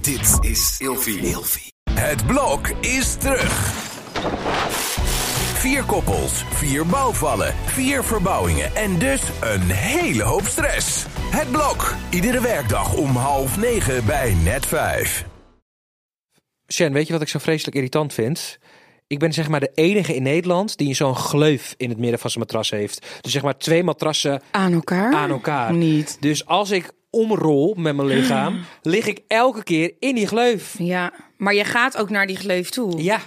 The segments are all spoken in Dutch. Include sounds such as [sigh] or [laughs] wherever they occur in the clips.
Dit is Ilfie. Het blok is terug. Vier koppels, vier bouwvallen, vier verbouwingen en dus een hele hoop stress. Het blok, iedere werkdag om half negen bij net vijf. Shen, weet je wat ik zo vreselijk irritant vind? Ik ben zeg maar de enige in Nederland die zo'n gleuf in het midden van zijn matras heeft. Dus zeg maar twee matrassen Aan elkaar? aan elkaar. Ah, Niet. Dus als ik omrol met mijn [gasps] lichaam, lig ik elke keer in die gleuf. Ja, maar je gaat ook naar die gleuf toe. Ja,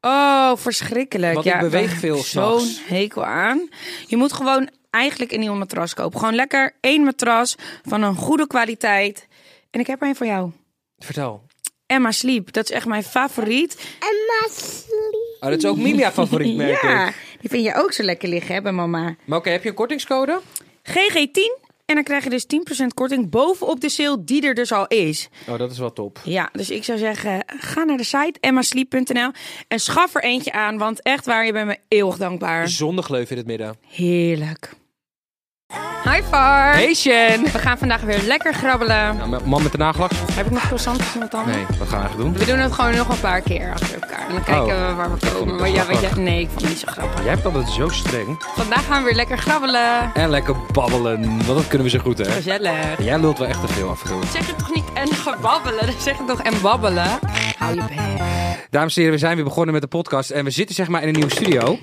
Oh, verschrikkelijk. Want ja, ik beweeg daar heb veel ik Zo'n s'nachts. hekel aan. Je moet gewoon eigenlijk een nieuw matras kopen. Gewoon lekker één matras van een goede kwaliteit. En ik heb er een voor jou. vertel. Emma Sleep, dat is echt mijn favoriet. Emma Sleep. Oh, dat is ook [laughs] Milia favoriet, merk ja, ik. die vind je ook zo lekker liggen, hè, bij mama. Maar oké, heb je een kortingscode? GG10. En dan krijg je dus 10% korting bovenop de sale die er dus al is. Oh, dat is wel top. Ja, dus ik zou zeggen, ga naar de site emmasleep.nl en schaf er eentje aan. Want echt waar, je bent me eeuwig dankbaar. Zonder gleuf in het midden. Heerlijk. Hi Far. Hey Shen! We gaan vandaag weer lekker grabbelen. Nou, man met de nagelak? Heb ik nog croissantjes in mijn tanden? Nee, wat gaan we eigenlijk doen? We doen het gewoon nog een paar keer achter elkaar. En dan kijken Oh. we waar we vond komen. het Maar best ja, wel weet je, nee, ik vond het niet zo grappig. Jij hebt altijd zo streng. Vandaag gaan we weer lekker grabbelen. En lekker babbelen, want dat kunnen we zo goed, hè? Gezellig. Jij lult wel echt te veel af en toe. Zeg het toch niet en gebabbelen? Dan Zeg het toch en babbelen? Hou je bek. Dames en heren, we zijn weer begonnen met de podcast. En we zitten zeg maar in een nieuwe studio.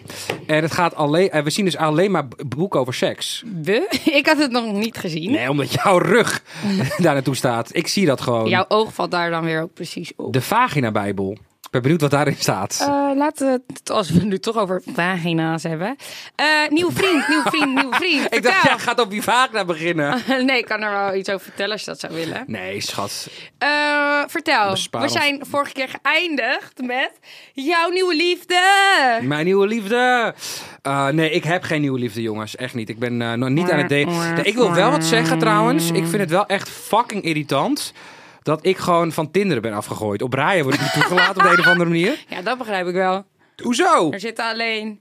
En het gaat alleen, en we zien dus alleen maar b- boeken over seks. We? [laughs] Ik had het nog niet gezien. Nee, omdat jouw rug [laughs] daar naartoe staat. Ik zie dat gewoon. Jouw oog valt daar dan weer ook precies op. De vagina-bijbel. Ik ben benieuwd wat daarin staat. Eh, laten we het, als we het nu toch over vagina's hebben. Eh, nieuwe vriend, nieuwe vriend, nieuwe vriend. [laughs] ik dacht, Vertel. Ah. jij gaat op die vagina beginnen. [laughs] Nee, ik kan er wel iets over vertellen als je dat zou willen. Nee, schat. Eh, vertel, Bespaar we ons. zijn vorige keer geëindigd met jouw nieuwe liefde. Mijn nieuwe liefde. Eh, nee, ik heb geen nieuwe liefde, jongens. Echt niet. Ik ben eh, nog niet aan het daten. Nee, ik wil wel wat zeggen trouwens. Ik vind het wel echt fucking irritant. Dat ik gewoon van Tinder ben afgegooid. Op rijen word ik niet toegelaten op de een of andere manier. Ja, dat begrijp ik wel. Hoezo? Er zitten alleen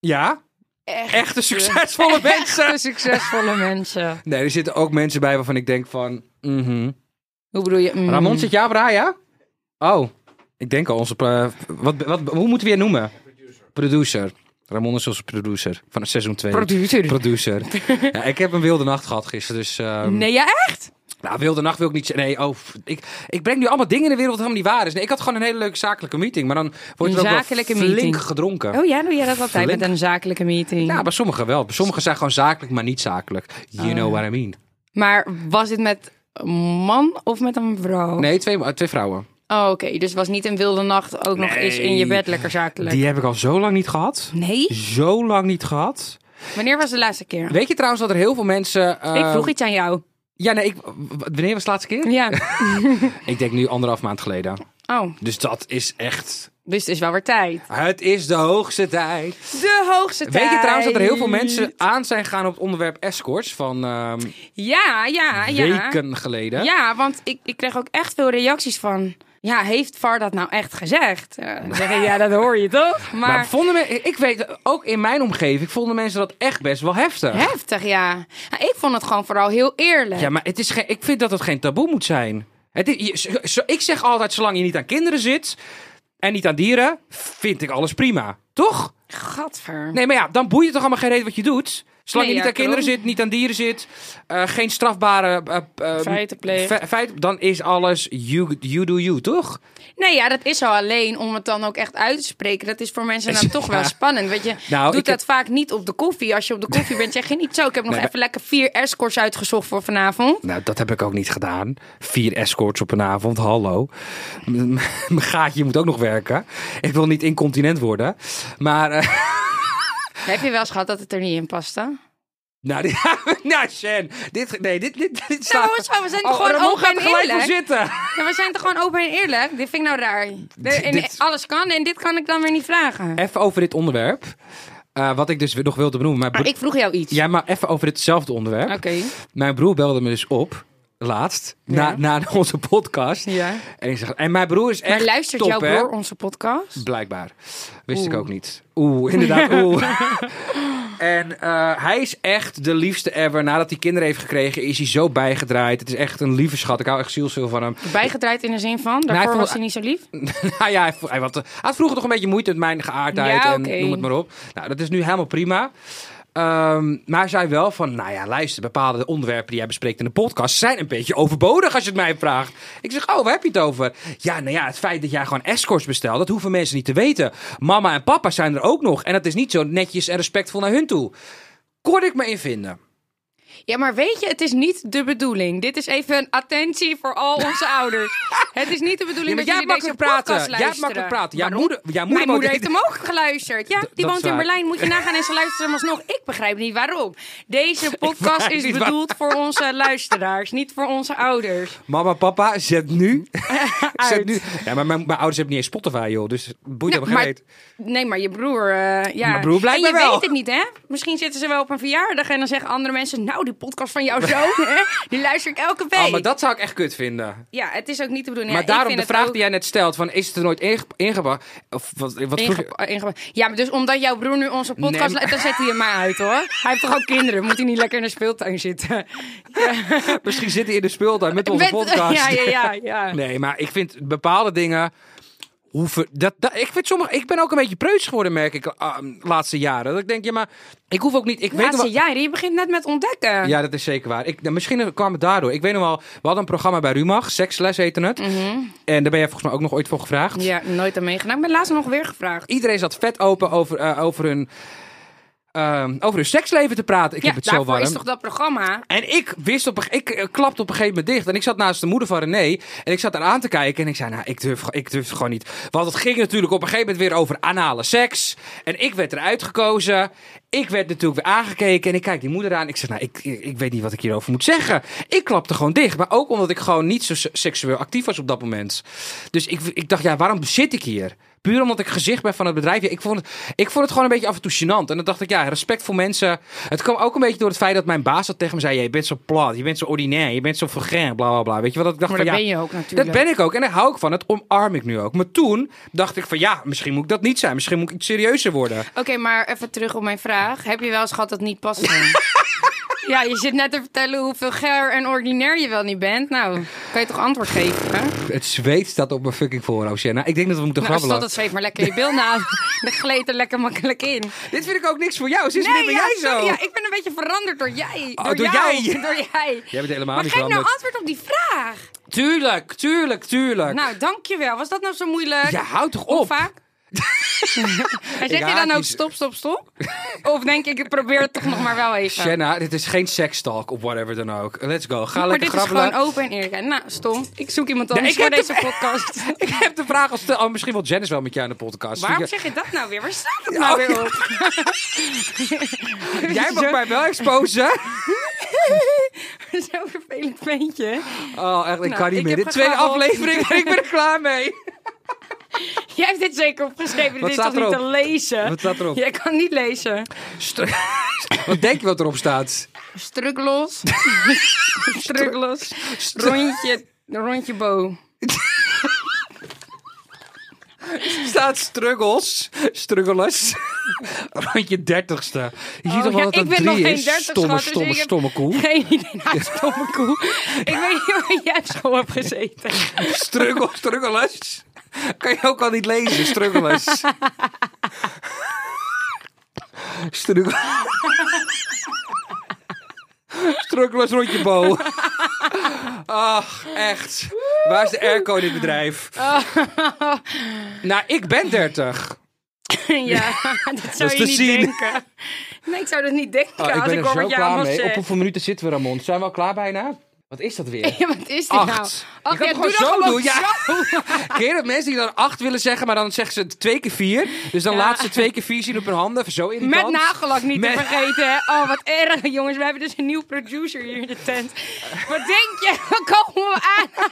Ja? echt Echte succesvolle mensen. [laughs] echte succesvolle mensen. [laughs] Nee, er zitten ook mensen bij waarvan ik denk van... mhm. Hoe bedoel je? Mm. Ramon, zit jij op Raya? Oh, ik denk al onze... eh, wat, wat, hoe moeten we je noemen? Producer. Ramon is onze producer van seizoen 2. Producer. Producer. [laughs] ja, ik heb een wilde nacht gehad gisteren, dus... ehm, Nee, ja, echt? Nou, wilde nacht wil ik niet zeggen. Nee, oh, f- ik, ik breng nu allemaal dingen in de wereld dat helemaal niet waar is. Nee, ik had gewoon een hele leuke zakelijke meeting, maar dan wordt er Een ook wel zakelijke flink meeting. gedronken. Oh ja, doe jij dat altijd Flink. Nou. met een zakelijke meeting? Ja, bij sommigen wel. Bij sommigen zijn gewoon zakelijk, maar niet zakelijk. You Ah. know what I mean. Maar was dit met een man of met een vrouw? Nee, twee, eh, twee vrouwen. Oh, oké. Dus was niet een wilde nacht ook nog Nee. eens in je bed lekker zakelijk? Die heb ik al zo lang niet gehad. Nee? Zo lang niet gehad. Wanneer was de laatste keer? Weet je trouwens dat er heel veel mensen... eh, ik vroeg iets aan jou. Ja, nee, ik, w- wanneer was de laatste keer? Ja. Ik denk nu anderhalf maand geleden. Oh, Dus dat is echt... dus het is wel weer tijd. Het is de hoogste tijd. De hoogste tijd. Weet je trouwens dat er heel veel mensen aan zijn gegaan op het onderwerp escorts van ehm, Ja, ja, ja. weken geleden? Ja, want ik, ik kreeg ook echt veel reacties van... Ja, heeft VAR dat nou echt gezegd? Eh, dan zeg ik, ja, dat hoor je toch? Maar, Maar, vonden me, ik weet, ook in mijn omgeving vonden mensen dat echt best wel heftig. heftig, ja. Nou, ik vond het gewoon vooral heel eerlijk. Ja, maar het is geen, ik vind dat het geen taboe moet zijn. Het is, je- zo- zo- ik zeg altijd, zolang je niet aan kinderen zit en niet aan dieren, vind ik alles prima. Toch? Gadver. Nee, maar ja, dan boeit het toch allemaal geen reden wat je doet? Zolang Nee, je niet ja, aan kinderen daarom. zit, niet aan dieren zit, eh, geen strafbare... eh, eh, Feiten pleegt. fe- feit- dan is alles you, you do you, toch? Nee, ja, dat is al alleen om het dan ook echt uit te spreken. Dat is voor mensen dan toch wel [laughs] Ja. spannend. Weet je, Nou, ik doet dat heb- vaak niet op de koffie. Als je op de koffie bent, zeg je niet zo. Ik heb nog Nee, even lekker vier escorts uitgezocht voor vanavond. Nou, dat heb ik ook niet gedaan. Vier escorts op een avond, hallo. M- m- [laughs] Mijn gaatje moet ook nog werken. Ik wil niet incontinent worden. Maar, eh, Heb je wel eens gehad dat het er niet in paste? nou, dit, [laughs] nou, Shen. Dit, nee, dit, dit, dit staat... hoezo? Nou, We zijn gewoon Ramon open gaat er en gelijk voor eerlijk. zitten. Ja, we zijn toch gewoon open en eerlijk? Dit vind ik nou raar. De- en dit- Eh, Alles kan en dit kan ik dan weer niet vragen. Even over dit onderwerp. Eh, wat ik dus nog wilde benoemen. Maar Maar ik vroeg jou iets. Ja, maar even over ditzelfde onderwerp. Oké. Mijn broer belde me dus op, laatst, Ja. na, [laughs] na onze podcast. Ja. En ik zeg, en mijn broer is echt Maar luistert top, jouw hè? broer onze podcast? [laughs] [laughs] Blijkbaar. Wist ik ook niet. Oeh, inderdaad. Oeh. En eh, hij is echt de liefste ever. Nadat hij kinderen heeft gekregen, is hij zo bijgedraaid. Het is echt een lieve schat. Ik hou echt zielsveel van hem. Bijgedraaid in de zin van, hij daarvoor vond- was hij niet zo lief. [laughs] nou ja, hij, vo- hij, had, hij had vroeger toch een beetje moeite met mijn geaardheid Ja, en oké. noem het maar op. Nou, dat is nu helemaal prima. Ehm, maar hij zei wel van, nou ja, luister, bepaalde onderwerpen die jij bespreekt in de podcast zijn een beetje overbodig als je het mij vraagt. Ik zeg, oh, waar heb je het over? Ja, nou ja, het feit dat jij gewoon escorts bestelt, dat hoeven mensen niet te weten. Mama en papa zijn er ook nog en dat is niet zo netjes en respectvol naar hun toe. Kon ik me in vinden. Ja, maar weet je, het is niet de bedoeling. Dit is even een attentie voor al [laughs] onze ouders. Het is niet de Ja, bedoeling maar jij dat jullie hebt deze makkelijk praten. podcast Jij hebt luisteren. makkelijk praten. Jouw Waarom? moeder, jouw moeder, Mijn moeder woont- heeft hem ook geluisterd. Ja, die [laughs] dat woont is in waar. Berlijn. [laughs] Moet je nagaan en ze luisteren hem alsnog. Ik begrijp niet waarom. Deze podcast begrijp is niet waar- bedoeld voor onze luisteraars, niet voor onze ouders. Mama, papa, zet [laughs] nu. zet Uit. nu. Ja, maar mijn, mijn ouders hebben niet eens Spotify, joh. Dus boeit Nou, hebben maar, gereed. nee, maar je broer. eh, ja. Mijn broer en je blijkbaar wel. weet het niet, hè? Misschien zitten ze wel op een verjaardag en dan zeggen andere mensen: Nou, die podcast van [laughs] jouw zoon, hè, die luister ik elke week. Oh, maar dat zou ik echt kut vinden. Ja, het is ook niet de bedoeling. maar Ja, ik daarom vind de het vraag ook die jij net stelt: van, is het er nooit inge- ingebracht? Of wat, wat vroeg je? [laughs] inge- inge- Ja, maar dus omdat jouw broer nu onze podcast... Nee, maar- lu- Dan zet hij hem maar uit, [laughs] hoor. Hij heeft toch ook kinderen? Moet hij niet lekker in de speeltuin zitten? Misschien zit hij in de speeltuin [laughs] met onze Met- podcast. Ja, ja, ja. ja. Nee, maar ik vind bepaalde dingen. Hoeven, dat, dat, ik, vind sommige, ik ben ook een beetje preuts geworden, merk ik, ah, de laatste jaren. Dat ik denk, ja, maar ik hoef ook niet. Ik weet nog Laatste wel, jaren, je begint net met ontdekken. Ja, dat is zeker waar. Ik, nou, misschien kwam het daardoor. Ik weet nog wel, we hadden een programma bij Rumach, Seksles heette het. En daar ben jij volgens mij ook nog ooit voor gevraagd. Mhm. Ja, nooit aan meegedaan. Ik ben laatst nog weer gevraagd. Iedereen zat vet open over, eh, over, hun, ehm, over hun seksleven te praten. Ik ja, heb het zo daarvoor warm. is toch dat programma? En ik wist op een, ge- ik eh, klapte op een gegeven moment dicht. En ik zat naast de moeder van René. En ik zat haar aan te kijken. En ik zei, nou, ik durf, ik durf het gewoon niet. Want het ging natuurlijk op een gegeven moment weer over anale seks. En ik werd eruit gekozen. Ik werd natuurlijk weer aangekeken. En ik kijk die moeder aan. Ik zeg, nou, ik, ik, ik weet niet wat ik hierover moet zeggen. Ik klapte gewoon dicht. Maar ook omdat ik gewoon niet zo se- seksueel actief was op dat moment. Dus ik, ik dacht, ja, waarom zit ik hier? Puur omdat ik gezicht ben van het bedrijf. Ja, ik, vond het, ik vond het gewoon een beetje af en toe gênant. En dan dacht ik, ja, respect voor mensen. Het kwam ook een beetje door het feit dat mijn baas dat tegen me zei... "Ja, je bent zo plat, je bent zo ordinair, je bent zo vergrijp, bla, bla, bla. Weet je wat? Ik dacht van, Maar dat ja, ben je ook natuurlijk. dat ben ik ook. En daar hou ik van. Dat omarm ik nu ook. Maar toen dacht ik van, ja, misschien moet ik dat niet zijn. Misschien moet ik iets serieuzer worden. Oké, maar even terug op mijn vraag. Heb je wel eens gehad dat het niet past? [laughs] ja, je zit net te vertellen hoeveel ger en ordinair je wel niet bent. Nou, kan je toch antwoord geven? hè? Het zweet staat op mijn fucking voorhoofd, Jenna. Ik denk dat we moeten Nou, grabbelen. stond het zweet maar lekker je bil na. [laughs] Dat gleed er lekker makkelijk in. Dit vind ik ook niks voor jou. Sinds wanneer Dus ben ja, jij zo? sorry, ja, ik ben een beetje veranderd door jij. Oh, door, door jou, jij. Door jij. Jij bent helemaal maar niet geef nou veranderd. antwoord op die vraag. Tuurlijk, tuurlijk, tuurlijk. Nou, dankjewel. Was dat nou zo moeilijk? ja, houd toch Hoe op. [laughs] vaak? en zeg je haat dan ook die z- stop, stop, stop? of denk ik, ik probeer het toch nog maar wel even. Shanna, dit is geen sekstalk of whatever dan ook. Let's go. Ga maar lekker dit grabbelen. is gewoon open en eerlijk. Nou, stom. Ik zoek iemand Ja, anders ik voor heb deze [laughs] podcast. Ik heb de vraag als... oh, misschien wil Janice wel met jou in de podcast. Waarom Ja, zeg je dat nou weer? Waar staat het nou Oh, weer op? [laughs] [laughs] Jij mag mij wel exposen. Zo'n vervelend ventje. Oh, echt, ik Nou, kan niet ik meer. heb De tweede gegrabbeld. [laughs] aflevering en ik ben er klaar mee. Jij hebt dit zeker opgeschreven. Wat dit is staat toch niet erop? te lezen? Wat staat erop? [laughs] Jij kan niet lezen. Stru- [laughs] Wat denk je wat erop staat? Struk [laughs] los. Struk los. Rondje, rondje bo. Staat struggles. Struggles. [laughs] Rondje dertigste. Je ziet Oh, toch wel ja, dat het ik een ben nog drie geen is? 30, stomme, schat, dus stomme, ik heb- stomme koe. Geen idee. Nou, stomme koe. ik weet niet waar jij zo hebt [laughs] gezeten. Struggle, strugglers. Kan je ook al niet lezen, strugglers. Struggle. Strugglers rondje bo. Ach, echt. Waar is de airco in dit bedrijf? Nou, ik ben 30. ja, dat zou is je te niet zien. denken. Nee, ik zou dat niet denken Oh, ik als ben ik er zo Robert klaar Jamal mee. Op zeg. hoeveel minuten zitten we, Ramon? Zijn we al klaar bijna? Wat is dat [laughs] weer? Ja, wat is dit nou? Acht. Ach, je ja, kan het doe gewoon dat zo gewoon doen. Ja. [laughs] Ken je dat mensen die dan acht willen zeggen, maar dan zeggen ze het twee keer vier. Dus dan Ja. laten ze twee keer vier zien op hun handen. Even zo in Met nagellak niet Met- te vergeten. hè. Oh, wat erg, jongens. We hebben dus een nieuw producer hier in de [laughs] tent. Wat denk je? We komen we aan.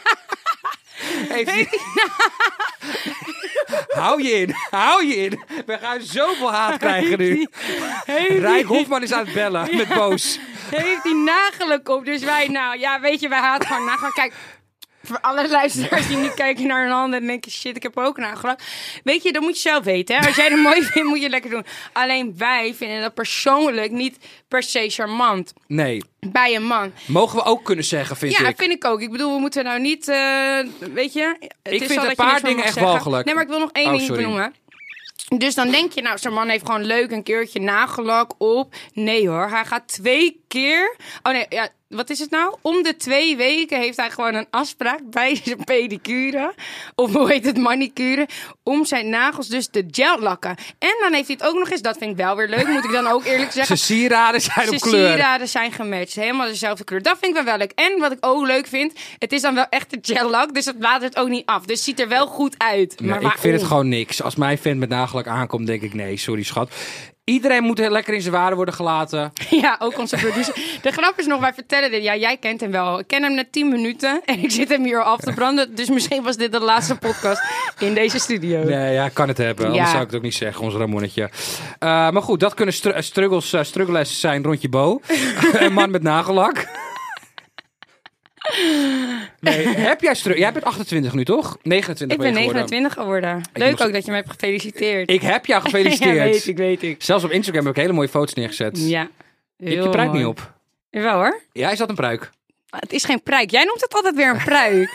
Hou je in, hou je in. We gaan zoveel haat krijgen nu. Rijk Hofman is aan het bellen met boos. Heeft die nagellak op. Dus wij, nou ja, weet je, wij haat gewoon nagellak. Kijk. Voor alle luisteraars die nu kijken naar hun handen en denken: shit, ik heb er ook nagedacht. Weet je, dat moet je zelf weten. Hè? Als jij het mooi vindt, moet je het lekker doen. Alleen wij vinden dat persoonlijk niet per se charmant Nee. bij een man. Mogen we ook kunnen zeggen, vind ja, ik. vind ik ook. Ik bedoel, we moeten nou niet, eh, weet je. Het Ik is vind al een dat je paar niks van dingen mag echt zeggen. walgelijk. Nee, maar ik wil nog één Oh, ding sorry. benoemen. Dus dan denk je, nou, zo'n man heeft gewoon leuk een keertje nagelak op. Nee hoor, hij gaat twee keer. Oh nee, ja, wat is het nou? Om de twee weken heeft hij gewoon een afspraak [laughs] bij zijn pedicure. Of hoe heet het, manicure. Om zijn nagels dus te gel lakken. En dan heeft hij het ook nog eens, dat vind ik wel weer leuk, moet ik dan ook [laughs] eerlijk zeggen. Zijn sieraden zijn op Zijn kleur. sieraden zijn gematcht. Helemaal dezelfde kleur. Dat vind ik wel wel leuk. En wat ik ook leuk vind, het is dan wel echt de gel lak. Dus het bladert ook niet af. Dus ziet er wel goed uit. Nee, ik maar vind het waarom? gewoon niks. Als mijn vent met nagelak aankomt, denk ik nee, sorry schat. Iedereen moet heel lekker in zijn waarde worden gelaten. [laughs] Ja, ook onze producer. De grap is nog, wij vertellen dit. Ja, jij kent hem wel. Ik ken hem net 10 minuten. En ik zit hem hier al af te branden. Dus misschien was dit de laatste podcast in deze studio. Nee, ja, kan het hebben. Anders Ja. zou ik het ook niet zeggen, ons Ramonetje. Eh, maar goed, dat kunnen stru- eh, struggles, eh, struggles zijn rond je bo. [laughs] een man met nagellak. Nee, heb jij stru- Jij bent 28 nu, toch? 29 Ik ben je geworden. 29 geworden. Leuk moest- ook dat je me hebt gefeliciteerd. Ik heb jou gefeliciteerd. [laughs] Ja, weet ik, weet ik. Zelfs op Instagram heb ik hele mooie foto's neergezet. Ja. je hebt je Heel pruik mooi. niet op. Jawel hoor. Ja, is dat een pruik? Het is geen pruik. Jij noemt het altijd weer een [laughs] pruik.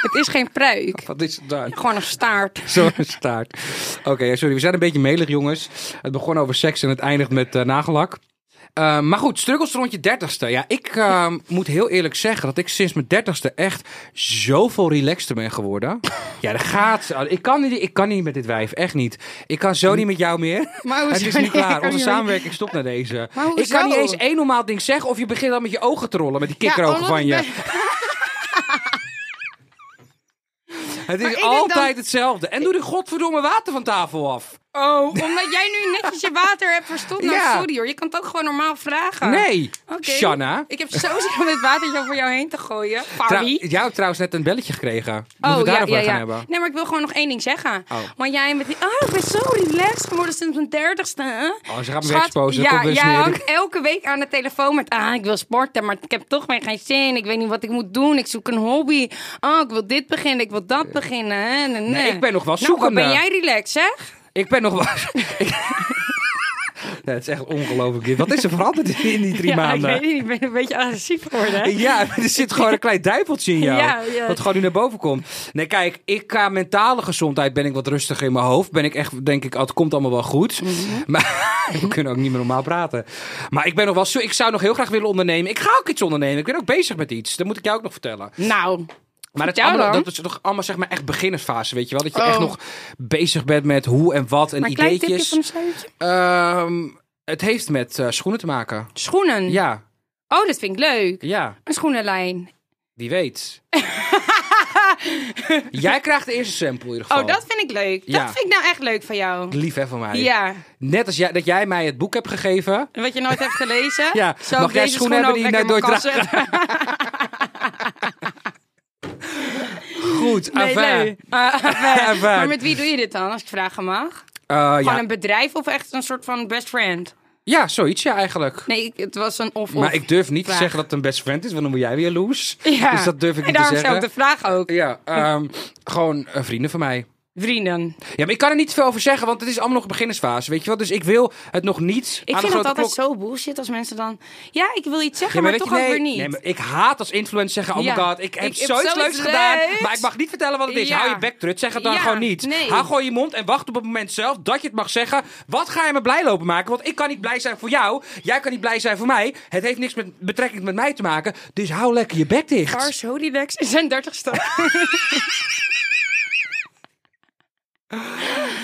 het is geen pruik. Wat is dat? dan? Gewoon een staart. [laughs] Zo'n staart. Oké, sorry, we zijn een beetje melig, jongens. Het begon over seks en het eindigt met eh, nagellak. Eh, maar goed, struggles rond je dertigste. Ja, ik eh, moet heel eerlijk zeggen dat ik sinds mijn dertigste echt zoveel relaxter ben geworden. Ja, dat gaat. Ik kan, niet, ik kan niet met dit wijf, echt niet. Ik kan zo niet met jou meer. Maar [laughs] hoezo? Het is niet Nee, ik klaar. kan Onze niet met- samenwerking stopt na deze. Maar hoezo? Ik kan niet eens één normaal ding zeggen of je begint al met je ogen te rollen met die kikkerogen omdat van je. ik Het Maar ik is denk altijd dan- hetzelfde. En doe die godverdomme water van tafel af. Oh, omdat jij nu netjes je water hebt verstopt. Nou, [laughs] Ja. sorry hoor. Je kan het ook gewoon normaal vragen. Nee, Oké. Shanna. Ik heb zo [laughs] zin om het watertje voor jou heen te gooien. Trou- Fabi. jou trouwens net een belletje gekregen. Moeten we Oh, het ja, daarover ja, gaan ja. hebben? Nee, maar ik wil gewoon nog één ding zeggen. Oh. Want jij bent... Oh, ik ben zo relaxed geworden sinds mijn dertigste. hè? Oh, ze gaat me weer Schat, exposen. Ja, Komt weer eens jij neer. hangt elke week aan de telefoon met... Ah, ik wil sporten, maar ik heb toch weer geen zin. Ik weet niet wat ik moet doen. Ik zoek een hobby. Oh, ik wil dit beginnen. Ik wil dat beginnen. hè. Nee, nee. Nee, ik ben nog wel Nou, wat zoekende. ben jij relaxed, zeg? Ik ben nog wel... [laughs] Ik- nee, het is echt ongelooflijk. dit. Wat is er veranderd in die drie ja, maanden? ik weet niet. Ik ben een beetje agressief geworden. hè? Ja, er zit gewoon een klein duiveltje in jou. Ja, ja. Wat gewoon nu naar boven komt. Nee, kijk, ik qua mentale gezondheid ben ik wat rustiger in mijn hoofd. Ben ik echt, denk ik, oh, het komt allemaal wel goed. Mhm. Maar [laughs] we kunnen ook niet meer normaal praten. Maar ik ben nog wel zo. Ik zou nog heel graag willen ondernemen. Ik ga ook iets ondernemen. Ik ben ook bezig met iets. Dat moet ik jou ook nog vertellen. Nou, Maar het is Vertel allemaal, dan. dat is toch allemaal zeg maar echt beginnersfase, weet je wel? Dat je Oh. echt nog bezig bent met hoe en wat en maar een klein tipje ideetjes. van een sluitje. Ehm, het heeft met eh, schoenen te maken. Schoenen. Ja, Oh, dat vind ik leuk. ja, Een schoenenlijn. Oh, wie [laughs] weet. Jij krijgt de eerste sample in ieder Oh, geval. dat vind ik leuk. Ja. Dat vind ik nou echt leuk van jou. Lief hè van mij. Ja. Net als jij, dat jij mij het boek hebt gegeven. En Wat je nooit hebt gelezen. Ja, Zou mag ik jij deze schoenen hebben ook die je lekker in nooit mijn [laughs] kast zetten? Goed, Nee, enfin. nee. [laughs] Ah, enfin. Enfin. Maar met wie doe je dit dan, als ik vragen mag? Eh, Van ja. een bedrijf of echt een soort van best friend? ja, zoiets ja eigenlijk. Nee, ik- het was een of-of. maar ik durf niet vraag. te zeggen dat het een best friend is, want dan word jij weer loes. [laughs] Ja. Dus dat durf ik en niet te zeggen. daarom stel ik de vraag ook. Ja, ehm, gewoon eh, vrienden van mij. Vrienden. Ja, maar ik kan er niet veel over zeggen, want het is allemaal nog een beginnersfase, weet je wel? Dus ik wil het nog niet Ik aan vind de dat grote altijd klok... zo bullshit als mensen dan... Ja, ik wil iets zeggen, Ja, maar, weet toch je, nee, ook weer niet. Nee, maar ik haat als influencer zeggen, oh my Ja. god, ik heb Ik heb zoiets zoiets leuks gedaan, leuks. maar ik mag niet vertellen wat het is. Ja. Hou je bek, trut, zeg het dan Ja, gewoon niet. nee. Hou gewoon je mond en wacht op het moment zelf dat je het mag zeggen. Wat ga je me blij lopen maken? Want ik kan niet blij zijn voor jou, jij kan niet blij zijn voor mij. Het heeft niks met betrekking met mij te maken, dus hou lekker je bek dicht. Lars Holidex in zijn dertigste. [laughs]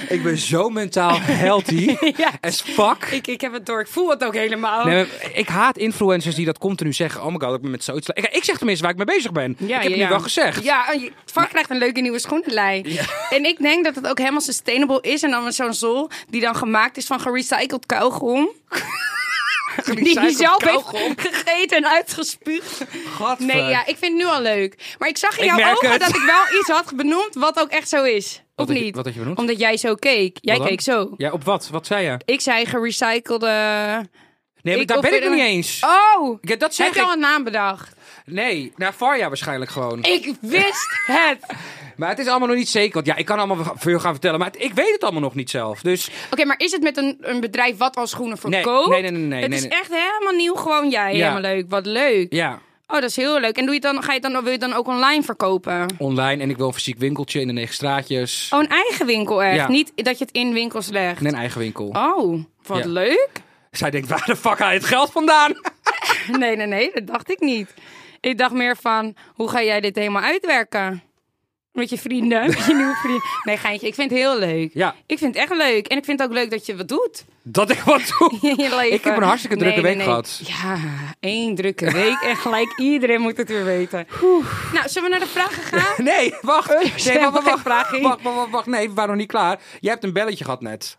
Ik ben zo [laughs] mentaal healthy Ja. as fuck. ik, ik heb het door. Ik voel het ook helemaal. Nee, maar ik haat influencers die dat continu zeggen. Oh my god, ik ben met zoiets... le- Ik, ik zeg tenminste waar ik mee bezig ben. ik heb het nu wel gezegd. Ja, en je- Frank krijgt een leuke nieuwe schoenenlijn. [laughs] En ik denk dat het ook helemaal sustainable is. En dan met zo'n zool die dan gemaakt is van gerecycled [laughs] kauwgom. [laughs] die hij Recycled zelf kauwgom? heeft gegeten en uitgespuugd. Gadver. Nee, ja, ik vind het nu al leuk. Maar ik zag in Ik jouw merk ogen het. dat ik wel iets had benoemd wat ook echt zo is. Wat of had je- niet? wat had je benoemd? Omdat jij zo keek. Jij Wat dan? keek zo. Ja, op wat? Wat zei je? Ik zei gerecyclede... Nee, maar Ik daar ben ik offerde- nog niet eens. Oh! Ja, dat zeg Heb je al ik. een naam bedacht? Nee, naar Varja waarschijnlijk gewoon. Ik wist het. Oké, Maar het is allemaal nog niet zeker. Want ja, ik kan allemaal veel gaan vertellen. Maar het- ik weet het allemaal nog niet zelf. Dus maar is het met een, een bedrijf wat al schoenen nee, verkoopt? nee, nee, nee, nee, het nee, is nee. echt helemaal nieuw, gewoon jij. Ja. Helemaal leuk, wat leuk. ja, Oh, dat is heel leuk. En doe je het dan, ga je het dan, wil je het dan ook online verkopen? online. En ik wil een fysiek winkeltje in de negen straatjes. Oh, een eigen winkel echt. Ja. Niet dat je het in winkels legt. En een eigen winkel. Oh, wat Ja. leuk. [laughs] Zij denkt, waar de fuck haal je het geld vandaan? Nee, nee, nee, dat dacht ik niet. Ik dacht meer van, hoe ga jij dit helemaal uitwerken? Met je vrienden, [laughs] met je nieuwe vrienden. Nee, geintje, ik vind het heel leuk. Ja. Ik vind het echt leuk. En ik vind het ook leuk dat je wat doet Dat ik wat doe. in je leven. Ik heb een hartstikke drukke Nee, nee, week nee. gehad. Ja, één drukke week. En gelijk iedereen moet het weer weten. Nou, zullen we naar de vragen gaan? [laughs] Nee, wacht. stel Nee, wacht, maar wacht, geen wacht, vraag wacht, in. wacht, wacht, wacht. Nee, we waren nog niet klaar. Jij hebt een belletje gehad net.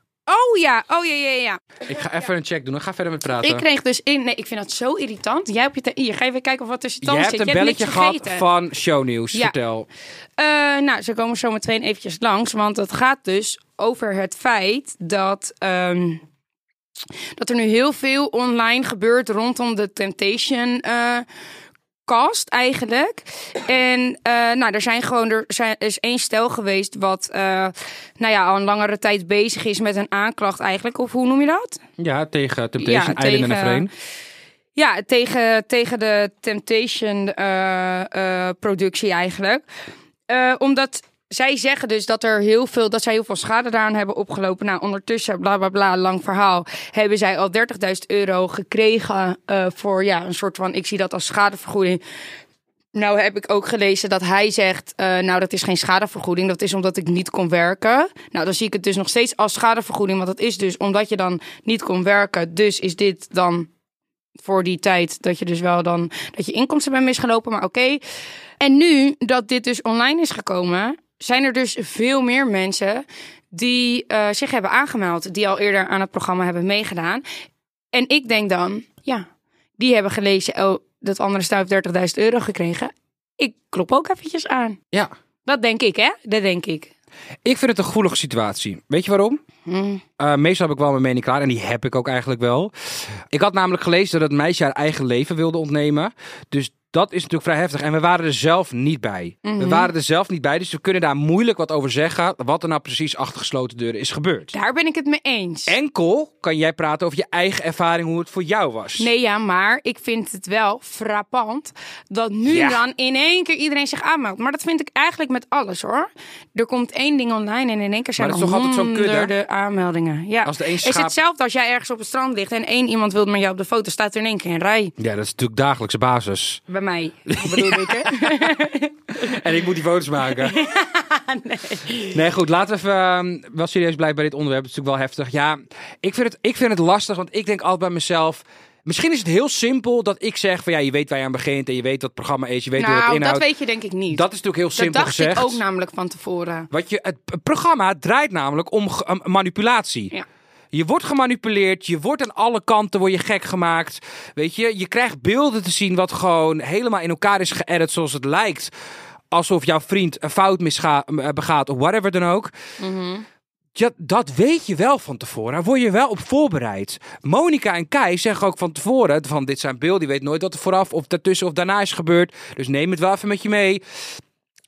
Oh ja, oh ja, ja, ja. Ik ga even een check doen. Dan ga verder met praten. Ik kreeg dus in... Nee, ik vind dat zo irritant. Jij op je... te- Hier, ga even kijken of wat tussen je Jij tanden hebt zit. een Je belletje niks gehad vergeten. van shownieuws. Ja. Vertel. Eh, nou, ze komen zo meteen eventjes langs. Want het gaat dus over het feit dat, ehm, dat er nu heel veel online gebeurt rondom de Temptation eh, cast eigenlijk. En eh, nou, er, zijn gewoon, er zijn, er is één stel geweest wat eh, nou ja, al een langere tijd bezig is met een aanklacht eigenlijk. Of hoe noem je dat? Ja, tegen Temptation Ja, Island en tegen- een vreemd. Ja, tegen, tegen de Temptation-productie eigenlijk. Eh, omdat zij zeggen dus dat, er heel veel, dat zij heel veel schade daaraan hebben opgelopen. Nou, ondertussen, bla bla bla, lang verhaal. Hebben zij al 30.000 euro gekregen eh, voor ja, een soort van: ik zie dat als schadevergoeding. Nou heb ik ook gelezen dat hij zegt, eh, nou dat is geen schadevergoeding, dat is omdat ik niet kon werken. Nou dan zie ik het dus nog steeds als schadevergoeding, want dat is dus omdat je dan niet kon werken. Dus is dit dan voor die tijd dat je dus wel dan, dat je inkomsten bent misgelopen, maar oké. En nu dat dit dus online is gekomen, zijn er dus veel meer mensen die eh, zich hebben aangemeld, die al eerder aan het programma hebben meegedaan. En ik denk dan, ja, die hebben gelezen, oh, dat andere stuif 30.000 euro gekregen. Ik klop ook eventjes aan. Ja. Dat denk ik, hè? Dat denk ik. Ik vind het een gevoelige situatie. Weet je waarom? Hm. Eh, meestal heb ik wel mijn mening klaar en die heb ik ook eigenlijk wel. Ik had namelijk gelezen dat het meisje haar eigen leven wilde ontnemen. Dus dat is natuurlijk vrij heftig. En we waren er zelf niet bij. Mhm. We waren er zelf niet bij, dus we kunnen daar moeilijk wat over zeggen. Wat er nou precies achter gesloten deuren is gebeurd. Daar ben ik het mee eens. Enkel kan jij praten over je eigen ervaring, hoe het voor jou was. Nee, ja, maar ik vind het wel frappant dat nu Ja. dan in één keer iedereen zich aanmeldt. Maar dat vind ik eigenlijk met alles hoor. Er komt één ding online en in één keer zijn Maar er dat is toch altijd zo'n kudde? honderden aanmeldingen. Ja. Als de één Is schaap- hetzelfde als jij ergens op het strand ligt en één iemand wil met jou op de foto, staat er in één keer een rij. Ja, dat is natuurlijk dagelijkse basis. Bij mij, bedoel ik hè? [laughs] En ik moet die foto's maken. [laughs] nee. goed. Laten we even eh, wel serieus blijven bij dit onderwerp. Het is natuurlijk wel heftig. Ja, ik vind, het, ik vind het lastig, want ik denk altijd bij mezelf... Misschien is het heel simpel dat ik zeg van ja, je weet waar je aan begint en je weet wat het programma is, je weet hoe het Nou, dat inhoudt. weet je denk ik niet. Dat is natuurlijk heel dat simpel dacht gezegd. ik ook nou- namelijk van tevoren. Wat je, het, het programma draait namelijk om ge- om manipulatie. Ja. Je wordt gemanipuleerd, je wordt aan alle kanten word je gek gemaakt. Weet je, je krijgt beelden te zien wat gewoon helemaal in elkaar is geëdit zoals het lijkt. Alsof jouw vriend een fout misga- eh, begaat of whatever dan ook. Mhm. Ja, dat weet je wel van tevoren. Daar word je wel op voorbereid. Monika en Kai zeggen ook van tevoren: van dit zijn beelden. Je weet nooit wat er vooraf of daartussen of daarna is gebeurd. Dus neem het wel even met je mee.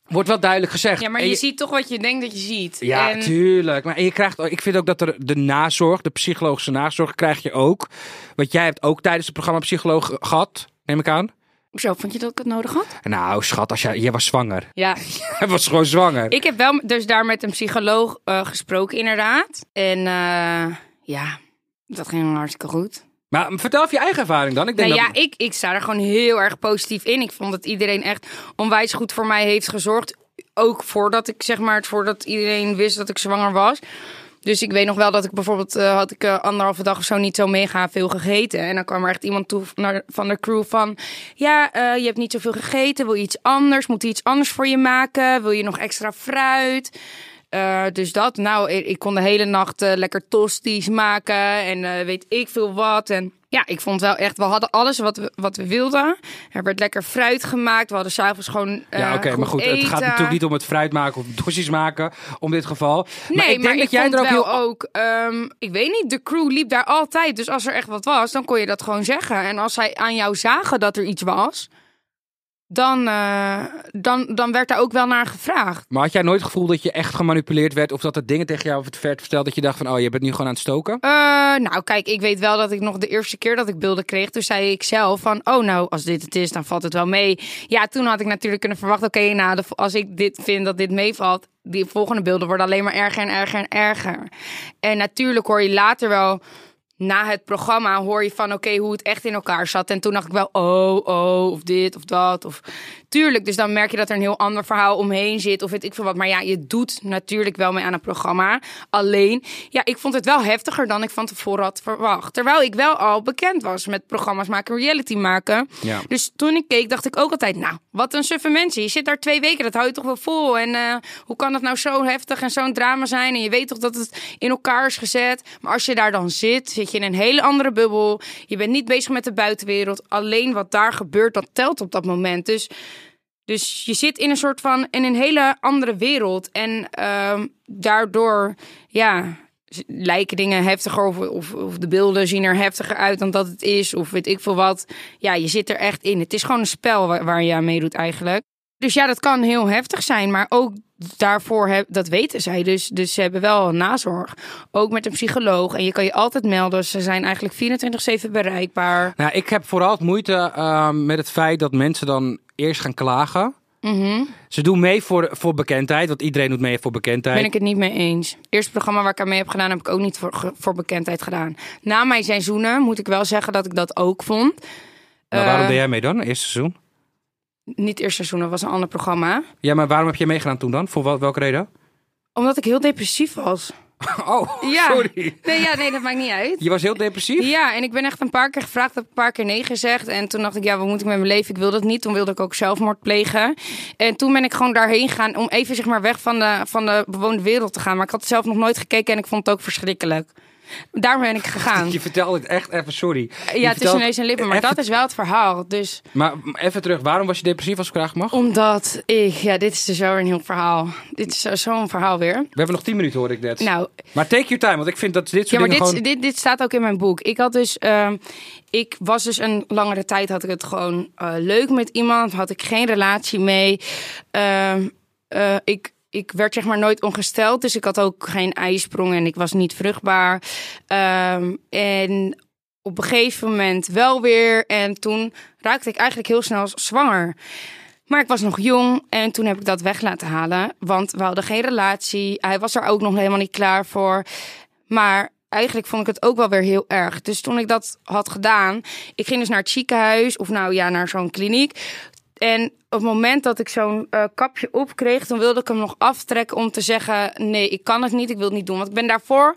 Wordt wel duidelijk gezegd. Ja, maar En je, ziet toch wat je denkt dat je ziet. ja, En- tuurlijk. Maar je krijgt, ik vind ook dat er de nazorg, de psychologische nazorg, krijg je ook. Want jij hebt ook tijdens het programma psycholoog gehad, neem ik aan. Hoezo, vond je dat ik het nodig had? Nou, schat, als jij, jij was zwanger. [laughs] [laughs] Ja, Hij was gewoon zwanger. Ik heb wel dus daar met een psycholoog eh, gesproken, inderdaad. En eh, ja, dat ging hartstikke goed. Maar vertel even je eigen ervaring dan. Ik denk Nou dat... ja, ik, ik sta er gewoon heel erg positief in. Ik vond dat iedereen echt onwijs goed voor mij heeft gezorgd. Ook voordat ik, zeg maar, voordat iedereen wist dat ik zwanger was. Dus ik weet nog wel dat ik bijvoorbeeld, eh, had ik eh, anderhalve dag of zo niet zo mega veel gegeten. En dan kwam er echt iemand toe van de, van de crew van, ja, eh, je hebt niet zoveel gegeten, wil je iets anders? Moet je iets anders voor je maken? Wil je nog extra fruit? Eh, dus dat, nou, ik, ik kon de hele nacht eh, lekker tosti's maken en eh, weet ik veel wat. En ja, ik vond wel echt, we hadden alles wat we, wat we wilden. Er werd lekker fruit gemaakt, we hadden s'avonds gewoon eh Ja, oké, maar goed, het gaat eten. natuurlijk niet om het fruit maken of dosjes maken, om dit geval. Nee, maar ik denk dat jij vond er ook wel heel... ook, ehm, ik weet niet, de crew liep daar altijd. Dus als er echt wat was, dan kon je dat gewoon zeggen. En als zij aan jou zagen dat er iets was, dan, eh, dan, dan werd daar ook wel naar gevraagd. Maar had jij nooit het gevoel dat je echt gemanipuleerd werd? Of dat er dingen tegen jou werd verteld dat je dacht van... oh, je bent nu gewoon aan het stoken? Eh, nou, kijk, ik weet wel dat ik nog de eerste keer dat ik beelden kreeg, toen zei ik zelf van, oh nou, als dit het is, dan valt het wel mee. Ja, toen had ik natuurlijk kunnen verwachten, oké, nou, de- als ik dit vind dat dit meevalt, die volgende beelden worden alleen maar erger en erger en erger. En natuurlijk hoor je later wel, na het programma, hoor je van, oké, hoe het echt in elkaar zat. En toen dacht ik wel, oh, oh, of dit of dat. Of... Tuurlijk, dus dan merk je dat er een heel ander verhaal omheen zit, of weet ik veel wat. Maar ja, je doet natuurlijk wel mee aan het programma. Alleen, ja, ik vond het wel heftiger dan ik van tevoren had verwacht. Terwijl ik wel al bekend was met programma's maken, reality maken. Ja. Dus toen ik keek, dacht ik ook altijd, nou, wat een suffe mensen. Je zit daar twee weken, dat hou je toch wel vol. En eh, hoe kan dat nou zo heftig en zo'n drama zijn? En je weet toch dat het in elkaar is gezet. Maar als je daar dan zit, zit je in een hele andere bubbel. Je bent niet bezig met de buitenwereld. Alleen wat daar gebeurt, dat telt op dat moment. Dus... Dus je zit in een soort van in een hele andere wereld. En ehm, daardoor ja, z- lijken dingen heftiger. Of, of, of de beelden zien er heftiger uit dan dat het is. Of weet ik veel wat. Ja, je zit er echt in. Het is gewoon een spel waar, waar je aan meedoet eigenlijk. Dus ja, dat kan heel heftig zijn. Maar ook daarvoor, heb, dat weten zij. Dus, dus ze hebben wel een nazorg. Ook met een psycholoog. En je kan je altijd melden. Ze zijn eigenlijk 24-7 bereikbaar. Nou, ik heb vooral het moeite ehm, met het feit dat mensen dan eerst gaan klagen. Mhm. Ze doen mee voor, voor bekendheid, want iedereen doet mee voor bekendheid. Ben ik het niet mee eens. Eerste programma waar ik aan mee heb gedaan, heb ik ook niet voor, ge- voor bekendheid gedaan. Na mijn seizoenen moet ik wel zeggen dat ik dat ook vond. Nou, waarom Eh, deed jij mee dan, eerste seizoen? Niet eerste seizoenen, was een ander programma. Ja, maar waarom heb jij meegedaan toen dan? Voor wel, welke reden? [laughs] Omdat ik heel depressief was. Oh, Ja. [laughs] sorry. Nee, ja, nee, dat maakt niet uit. Je was heel depressief? Ja, en ik ben echt een paar keer gevraagd, heb een paar keer nee gezegd. En toen dacht ik, ja, wat moet ik met mijn leven? Ik wil dat niet. Toen wilde ik ook zelfmoord plegen. En toen ben ik gewoon daarheen gegaan om even zeg maar, weg van de, van de bewoonde wereld te gaan. Maar ik had zelf nog nooit gekeken en ik vond het ook verschrikkelijk. Daarom ben ik [laughs] gegaan. Je vertelt het echt even, sorry. Je Ja, het is vertelt- ineens een lippen, maar even, dat is wel het verhaal. Dus Maar even terug, waarom was je depressief als ik graag mag? omdat ik, ja, dit is dus wel weer een heel verhaal. Dit is zo- zo'n verhaal weer. We hebben nog 10 minuten, hoor ik net. Nou, Maar take your time, want ik vind dat dit soort ja, maar dingen dit, gewoon... dit, dit staat ook in mijn boek. Ik had dus, ehm, ik was dus een langere tijd had ik het gewoon eh, leuk met iemand, had ik geen relatie mee. Ehm, eh, ik, ik werd zeg maar nooit ongesteld, dus ik had ook geen ijsprong en ik was niet vruchtbaar. Ehm, en op een gegeven moment wel weer. En toen raakte ik eigenlijk heel snel zwanger. Maar ik was nog jong en toen heb ik dat weg laten halen. Want we hadden geen relatie. Hij was er ook nog helemaal niet klaar voor. Maar eigenlijk vond ik het ook wel weer heel erg. Dus toen ik dat had gedaan, ik ging dus naar het ziekenhuis of nou ja, naar zo'n kliniek. En op het moment dat ik zo'n eh, kapje opkreeg, dan wilde ik hem nog aftrekken om te zeggen: nee, ik kan het niet, ik wil het niet doen. Want ik ben daarvoor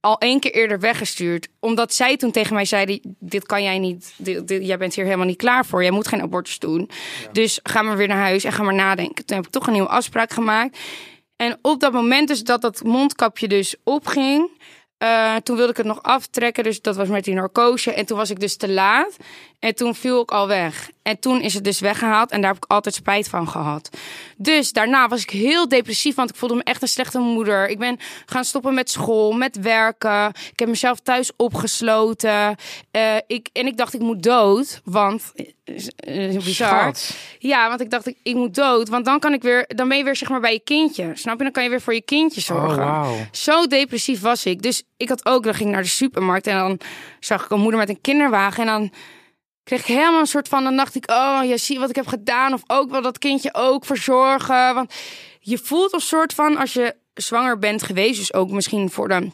al één keer eerder weggestuurd. Omdat zij toen tegen mij zeiden: Dit kan jij niet. Dit, dit- jij bent hier helemaal niet klaar voor. Jij moet geen abortus doen. Dus ga maar weer naar huis en ga maar nadenken. Toen heb ik toch een nieuwe afspraak gemaakt. En op dat moment, dus dat dat mondkapje dus opging. eh, toen wilde ik het nog aftrekken, dus dat was met die narcose. En toen was ik dus te laat. En toen viel ik al weg. En toen is het dus weggehaald en daar heb ik altijd spijt van gehad. Dus daarna was ik heel depressief, want ik voelde me echt een slechte moeder. Ik ben gaan stoppen met school, met werken. Ik heb mezelf thuis opgesloten. Eh, ik, en ik dacht, ik moet dood, want... eh, eh, Bizar. Schat. Ja, want ik dacht, ik, ik moet dood. Want dan, kan ik weer, dan ben je weer zeg maar, bij je kindje. Snap je? Dan kan je weer voor je kindje zorgen. Oh, wauw. Zo depressief was ik. Dus ik had ook, dan ging ik naar de supermarkt en dan zag ik een moeder met een kinderwagen. En dan kreeg ik helemaal een soort van, dan dacht ik, oh ja, zie wat ik heb gedaan. Of ook wel dat kindje ook verzorgen. Want je voelt een soort van, als je zwanger bent geweest, dus ook misschien voor de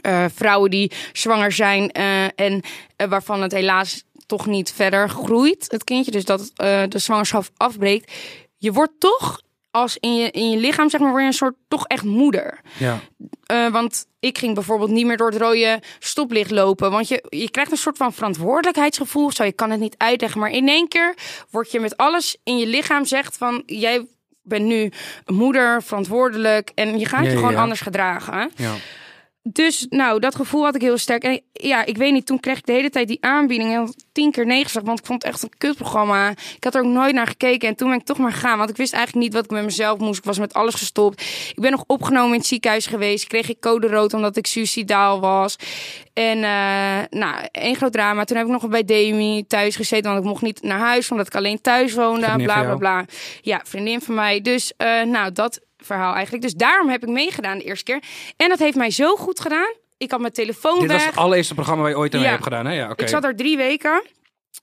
eh, vrouwen die zwanger zijn eh, en eh, waarvan het helaas toch niet verder groeit, het kindje, dus dat eh, de zwangerschap afbreekt. Je wordt toch, als in je, in je lichaam, zeg maar, word je een soort toch echt moeder. Ja. Eh, want ik ging bijvoorbeeld niet meer door het rode stoplicht lopen. Want je, je krijgt een soort van verantwoordelijkheidsgevoel. of Zo, je kan het niet uitleggen. Maar in één keer word je met alles in je lichaam zegt van... jij bent nu moeder, verantwoordelijk. En je gaat Ja, je ja, gewoon ja. anders gedragen. Ja. Dus nou, dat gevoel had ik heel sterk. En ja, ik weet niet, toen kreeg ik de hele tijd die aanbieding. En tien keer nee gezegd, want ik vond het echt een kutprogramma. Ik had er ook nooit naar gekeken. En toen ben ik toch maar gegaan, want ik wist eigenlijk niet wat ik met mezelf moest. Ik was met alles gestopt. Ik ben nog opgenomen in het ziekenhuis geweest. Kreeg ik code rood omdat ik suicidaal was. En eh, nou, één groot drama. Toen heb ik nog bij Demi thuis gezeten, want ik mocht niet naar huis. Omdat ik alleen thuis woonde, Vriendin bla van bla jou? bla. Ja, vriendin van mij. Dus eh, nou, dat verhaal eigenlijk. Dus daarom heb ik meegedaan de eerste keer. En dat heeft mij zo goed gedaan. Ik had mijn telefoon Dit was weg. het allereerste programma waar je ooit aan mee Ja. hebt gedaan, hè? Ja, oké. Ik zat er drie weken.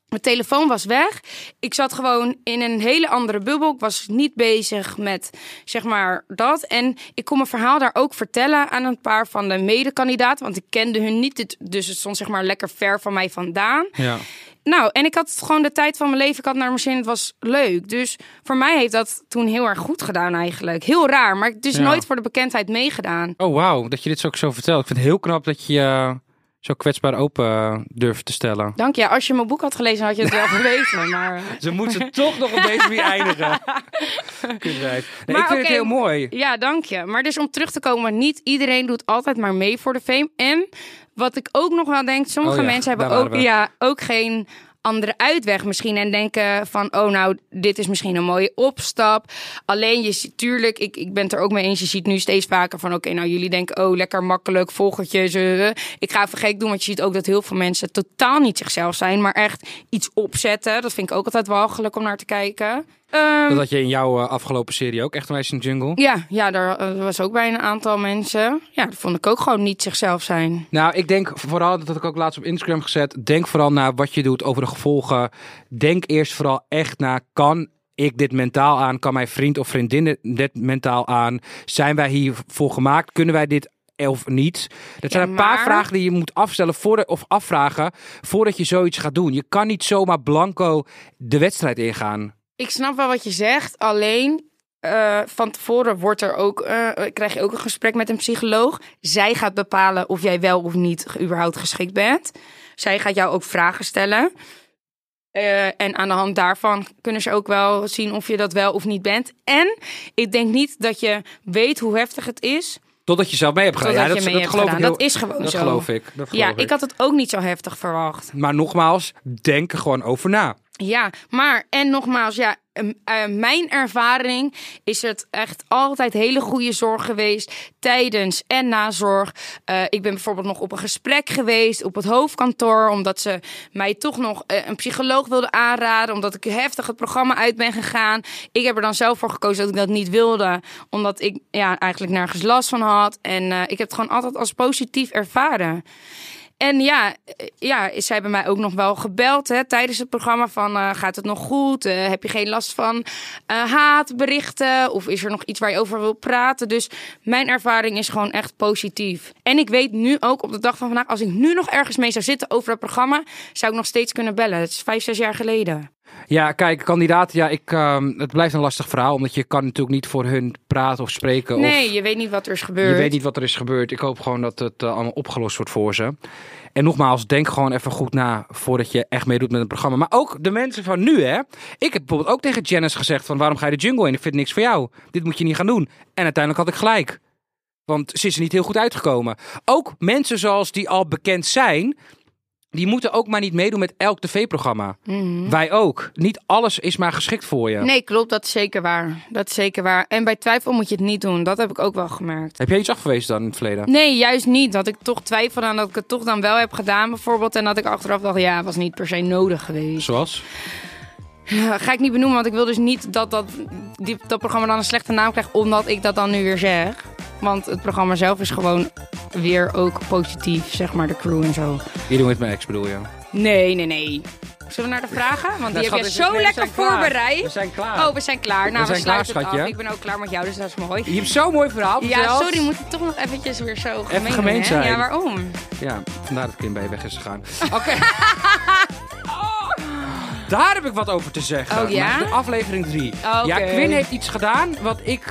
Mijn telefoon was weg. Ik zat gewoon in een hele andere bubbel. Ik was niet bezig met zeg maar dat. En ik kon mijn verhaal daar ook vertellen aan een paar van de medekandidaten. Want ik kende hun niet. Dit- Dus het stond zeg maar lekker ver van mij vandaan. Ja. Nou, en ik had gewoon de tijd van mijn leven. Ik had naar mijn zin. Het was leuk. Dus voor mij heeft dat toen heel erg goed gedaan eigenlijk. Heel raar. Maar ik dus Ja. nooit voor de bekendheid meegedaan. Oh, wauw. Dat je dit zo ook zo vertelt. Ik vind het heel knap dat je je zo kwetsbaar open eh, durft te stellen. Dank je. Als je mijn boek had gelezen, had je het wel geweten. Maar... Ze moeten [laughs] toch nog op deze manier [laughs] eindigen. Kutwijf. Nee, Maar ik vind oké, het heel mooi. Ja, dank je. Maar dus om terug te komen, niet iedereen doet altijd maar mee voor de fame. En wat ik ook nog wel denk, sommige Oh ja, mensen hebben daar ook, waren we. ja, ook geen andere uitweg misschien en denken van oh nou dit is misschien een mooie opstap alleen je ziet tuurlijk ik, ik ben het er ook mee eens je ziet nu steeds vaker van oké nou jullie denken oh lekker makkelijk volgertjes eh, eh. ik ga even gek doen want je ziet ook dat heel veel mensen totaal niet zichzelf zijn maar echt iets opzetten dat vind ik ook altijd walgelijk om naar te kijken Ehm, Dat had je in jouw eh, afgelopen serie ook, Echt een Meisje in de Jungle. ja, ja, daar eh, was ook bij een aantal mensen. Ja, dat vond ik ook gewoon niet zichzelf zijn. Nou, ik denk vooral, dat had ik ook laatst op Instagram gezet. Denk vooral naar wat je doet over de gevolgen. Denk eerst vooral echt naar, kan ik dit mentaal aan? Kan mijn vriend of vriendin dit- dit mentaal aan? Zijn wij hiervoor gemaakt? Kunnen wij dit of niet? Dat zijn een paar maar- vragen die je moet afstellen voor, of afvragen voordat je zoiets gaat doen. Je kan niet zomaar blanco de wedstrijd ingaan. Ik snap wel wat je zegt, alleen eh, van tevoren wordt er ook, eh, krijg je ook een gesprek met een psycholoog. Zij gaat bepalen of jij wel of niet ge- überhaupt geschikt bent. Zij gaat jou ook vragen stellen. Eh, en aan de hand daarvan kunnen ze ook wel zien of je dat wel of niet bent. En ik denk niet dat je weet hoe heftig het is. Totdat je zelf mee hebt gedaan. Totdat ja, je dat, mee dat hebt geloof gedaan. ik heel- Dat is gewoon dat zo. Geloof ik. Dat geloof ja, ik had het ook niet zo heftig verwacht. Maar nogmaals, denk er gewoon over na. Ja, maar en nogmaals, ja, m- eh, mijn ervaring is het echt altijd hele goede zorg geweest tijdens en na zorg. Eh, ik ben bijvoorbeeld nog op een gesprek geweest op het hoofdkantoor, omdat ze mij toch nog eh, een psycholoog wilde aanraden, omdat ik heftig het programma uit ben gegaan. Ik heb er dan zelf voor gekozen dat ik dat niet wilde, omdat ik ja, eigenlijk nergens last van had. En eh, ik heb het gewoon altijd als positief ervaren. En ja, eh, ja, ze hebben mij ook nog wel gebeld hè, tijdens het programma van eh, gaat het nog goed? Eh, heb je geen last van eh, haatberichten? Of is er nog iets waar je over wil praten? Dus mijn ervaring is gewoon echt positief. En ik weet nu ook op de dag van vandaag, als ik nu nog ergens mee zou zitten over dat programma, zou ik nog steeds kunnen bellen. Het is vijf, zes jaar geleden. Ja, kijk, kandidaten, ja, ik, ehm, het blijft een lastig verhaal. Omdat je kan natuurlijk niet voor hun praten of spreken. Nee, of je weet niet wat er is je gebeurd. weet niet wat er is gebeurd. Ik hoop gewoon dat het eh, allemaal opgelost wordt voor ze. En nogmaals, denk gewoon even goed na voordat je echt meedoet met een programma. Maar ook de mensen van nu, hè. Ik heb bijvoorbeeld ook tegen Janice gezegd van waarom ga je de jungle in? Ik vind niks voor jou. Dit moet je niet gaan doen. En uiteindelijk had ik gelijk. Want ze is er niet heel goed uitgekomen. Ook mensen zoals die al bekend zijn, die moeten ook maar niet meedoen met elk tv-programma. Wij ook. Niet alles is maar geschikt voor je. Mhm. Nee, klopt, dat is zeker waar. Dat is zeker waar. En bij twijfel moet je het niet doen. Dat heb ik ook wel gemerkt. Heb jij iets afgewezen dan in het verleden? Nee, juist niet. Dat ik toch twijfelde aan dat ik het toch dan wel heb gedaan bijvoorbeeld. En dat ik achteraf dacht, ja, was niet per se nodig geweest. Zoals? Ga ik niet benoemen, want ik wil dus niet dat dat, die, dat programma dan een slechte naam krijgt... omdat ik dat dan nu weer zeg. Want het programma zelf is gewoon weer ook positief, zeg maar, de crew en zo. Hier doen we het met ex, bedoel je? Nee, nee, nee. Zullen we naar de vragen? Nou, Want die heb dus je zo lekker voorbereid. We zijn klaar. Oh, we zijn klaar. Nou, we, zijn sluiten klaar, het schatje. af. Ik ben ook klaar met jou, dus dat is mooi. Je hebt zo'n mooi verhaal Ja, verteld. sorry, moet ik toch nog eventjes weer zo gemeen, doen, gemeen hè? zijn. Ja, waarom? Ja, vandaar dat Kim bij je weg is gegaan. Oké. [laughs] Daar heb ik wat over te zeggen. Oh, ja? Maar de aflevering 3. Oké. Ja, Quinn heeft iets gedaan wat ik...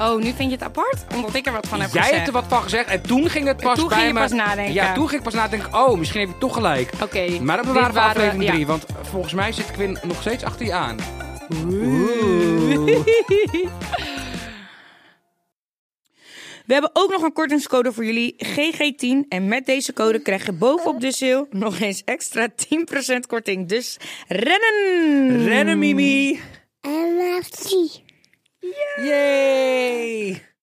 Oh, nu vind je het apart? Omdat ik er wat van heb jij gezegd. hebt er wat van gezegd en toen ging het pas Toen bij ging je me... pas nadenken. Ja, toen ging ik pas nadenken. Oh, misschien heb ik toch gelijk. Oké. Maar dat dit bewaren we waren- aflevering 3. ja. Want volgens mij zit Quinn nog steeds achter je aan. We hebben ook nog een kortingscode voor jullie, GG10. En met deze code krijg je bovenop de sale nog eens extra 10% korting. Dus rennen! Rennen, Mimi! I love you. Yay!